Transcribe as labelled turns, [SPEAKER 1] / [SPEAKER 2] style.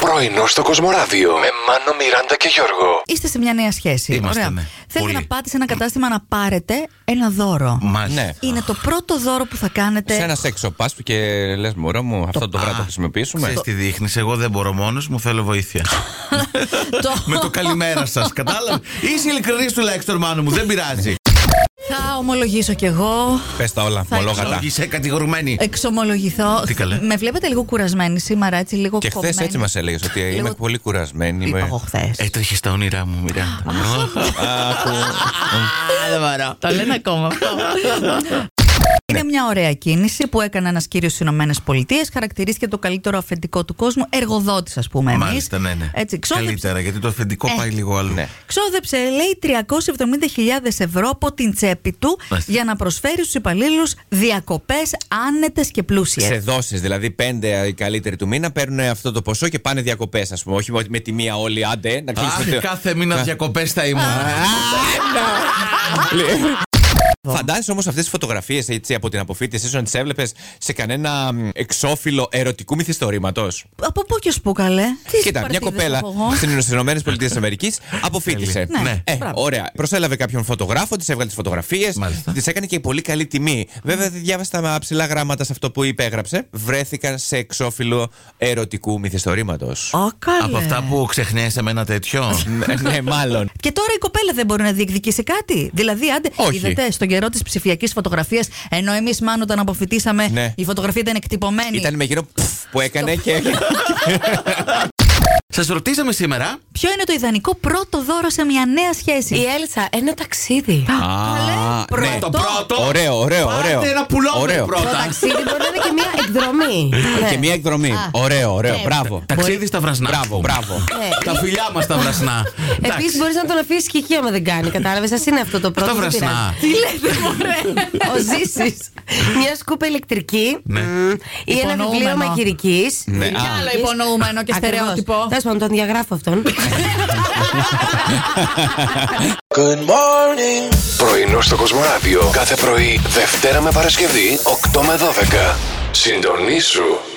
[SPEAKER 1] Πρωινό στο Κοσμοράδιο με Μάνο, Μιράντα και Γιώργο.
[SPEAKER 2] Είστε σε μια νέα σχέση.
[SPEAKER 3] Είμαστε, ναι.
[SPEAKER 2] Θέλετε
[SPEAKER 3] Πολύ.
[SPEAKER 2] να πάτε σε ένα κατάστημα να πάρετε ένα δώρο.
[SPEAKER 3] Μάλιστα.
[SPEAKER 4] Ναι.
[SPEAKER 2] Είναι το πρώτο δώρο που θα κάνετε.
[SPEAKER 4] Σε ένα σεξο πα που και λες, Μωρό μου, αυτό το βράδυ θα το χρησιμοποιήσουμε.
[SPEAKER 3] Ξέρεις τι δείχνεις, εγώ δεν μπορώ μόνος μου, θέλω βοήθεια.
[SPEAKER 2] Το-
[SPEAKER 3] Με το καλημέρα σας, κατάλαβες. Είσαι ειλικρινής τουλάχιστον, μάνο μου, δεν πειράζει.
[SPEAKER 4] Ναι.
[SPEAKER 2] Θα ομολογήσω κι εγώ.
[SPEAKER 4] Πες τα όλα,
[SPEAKER 2] Θα
[SPEAKER 4] μολόγατα.
[SPEAKER 3] Είσαι κατηγορουμένη.
[SPEAKER 2] Εξομολογηθώ.
[SPEAKER 3] Τι καλέ.
[SPEAKER 2] Με βλέπετε λίγο κουρασμένη σήμερα, έτσι λίγο
[SPEAKER 4] Και χθες
[SPEAKER 2] κοπμένη.
[SPEAKER 4] έτσι μας έλεγες ότι είμαι πολύ κουρασμένη.
[SPEAKER 2] Είπα
[SPEAKER 4] είμαι-
[SPEAKER 2] εγώ χθες.
[SPEAKER 3] Έτρεχε στα όνειρά μου, Μιράντα.
[SPEAKER 2] Το λένε ακόμα αυτό.
[SPEAKER 3] Ναι.
[SPEAKER 2] Είναι μια ωραία κίνηση που έκανε ένας κύριος στις Ηνωμένες Πολιτείες. Χαρακτηρίστηκε το καλύτερο αφεντικό του κόσμου, εργοδότης, ας πούμε. εμείς.
[SPEAKER 3] Μάλιστα, ναι, ναι.
[SPEAKER 2] Έτσι, ξόδεψε
[SPEAKER 3] Καλύτερα, γιατί το αφεντικό πάει λίγο αλλού.
[SPEAKER 4] Ναι.
[SPEAKER 2] Ξόδεψε, λέει, 370.000 ευρώ από την τσέπη του
[SPEAKER 3] Μάλιστα.
[SPEAKER 2] για να προσφέρει στους υπαλλήλους διακοπές άνετες και πλούσιες.
[SPEAKER 4] Σε δόσεις, δηλαδή πέντε οι καλύτεροι του μήνα παίρνουν αυτό το ποσό και πάνε διακοπές, ας πούμε. Όχι με τη μία όλοι, άντε, να κλείσουμε.
[SPEAKER 3] Αχ,
[SPEAKER 4] το-
[SPEAKER 3] κάθε μήνα διακοπές θα
[SPEAKER 4] ναι.
[SPEAKER 3] ήμουν.
[SPEAKER 4] Φαντάζεσαι όμως αυτές τις φωτογραφίες από την αποφύτηση, ίσω να τις έβλεπες σε κανένα μ, εξώφυλλο ερωτικού μυθιστορήματος.
[SPEAKER 2] Από πού και ως πού, καλέ. Τι
[SPEAKER 4] Κοίτα, μια
[SPEAKER 2] παρτίδες
[SPEAKER 4] κοπέλα
[SPEAKER 2] έχω εγώ.
[SPEAKER 4] στις ΗΠΑ αποφύτησε.
[SPEAKER 2] Ναι,
[SPEAKER 4] Ε,
[SPEAKER 2] μπράβο.
[SPEAKER 4] ωραία. Προσέλαβε κάποιον φωτογράφο, της έβγαλε τις φωτογραφίες,
[SPEAKER 3] Μάλιστα.
[SPEAKER 4] της έκανε και πολύ καλή τιμή. Βέβαια, δεν διάβασε τα ψηλά γράμματα σε αυτό που υπέγραψε. Βρέθηκαν σε εξώφυλλο ερωτικού μυθιστορήματος.
[SPEAKER 2] Ω, καλέ.
[SPEAKER 3] Από αυτά που ξεχνιέσαι με ένα τέτοιο.
[SPEAKER 4] ναι, μάλλον.
[SPEAKER 2] Και τώρα η κοπέλα δεν μπορεί να διεκδικήσει κάτι. Δηλαδή, άντε,
[SPEAKER 4] Όχι.
[SPEAKER 2] είδατε στον καιρό της ψηφιακής φωτογραφίας, ενώ εμείς μάλλον όταν αποφυτίσαμε,
[SPEAKER 4] Ναι.
[SPEAKER 2] η φωτογραφία ήταν εκτυπωμένη.
[SPEAKER 4] Ήταν με γύρω πφ που έκανε και.
[SPEAKER 3] Σας ρωτήσαμε σήμερα.
[SPEAKER 2] Ποιο είναι το ιδανικό πρώτο δώρο σε μια νέα σχέση.
[SPEAKER 5] Η Έλσα, ένα ταξίδι.
[SPEAKER 4] Α,
[SPEAKER 2] Καλέ,
[SPEAKER 4] ναι.
[SPEAKER 2] πρώτο.
[SPEAKER 4] Ωραίο, ωραίο,
[SPEAKER 3] Πάρτε
[SPEAKER 4] ωραίο.
[SPEAKER 3] ένα πουλόβερ
[SPEAKER 4] Ωραίο.
[SPEAKER 3] πρώτα.
[SPEAKER 5] Το ταξίδι μπορεί να είναι και μια εκδρομή.
[SPEAKER 2] Ναι.
[SPEAKER 4] Και μια εκδρομή. Ωραίο, ωραίο. Μπράβο.
[SPEAKER 3] Ταξίδι στα βρασνά.
[SPEAKER 4] Μπράβο, μπράβο. Ναι.
[SPEAKER 3] Τα φιλιά μας τα βρασνά.
[SPEAKER 5] Επίσης μπορείς να τον αφήσεις και εκεί άμα δεν κάνει. Κατάλαβες, σα είναι αυτό το πρώτο.
[SPEAKER 3] Τα
[SPEAKER 5] δεν
[SPEAKER 3] βρασνά.
[SPEAKER 5] πειράζει. Ο Ζήσης. Μια σκούπα ηλεκτρική. μμ, Ή ένα
[SPEAKER 2] Υπονοούμενο.
[SPEAKER 5] βιβλίο μαγειρική.
[SPEAKER 4] Ναι, α.
[SPEAKER 2] Άλλο υπονοούμενο και στερεότυπο.
[SPEAKER 5] Τέλος πάντων, τον διαγράφω αυτόν.
[SPEAKER 1] Πρωινό στο Κοσμοράδιο κάθε πρωί, Δευτέρα με Παρασκευή, 8 με 12. Συντονίσου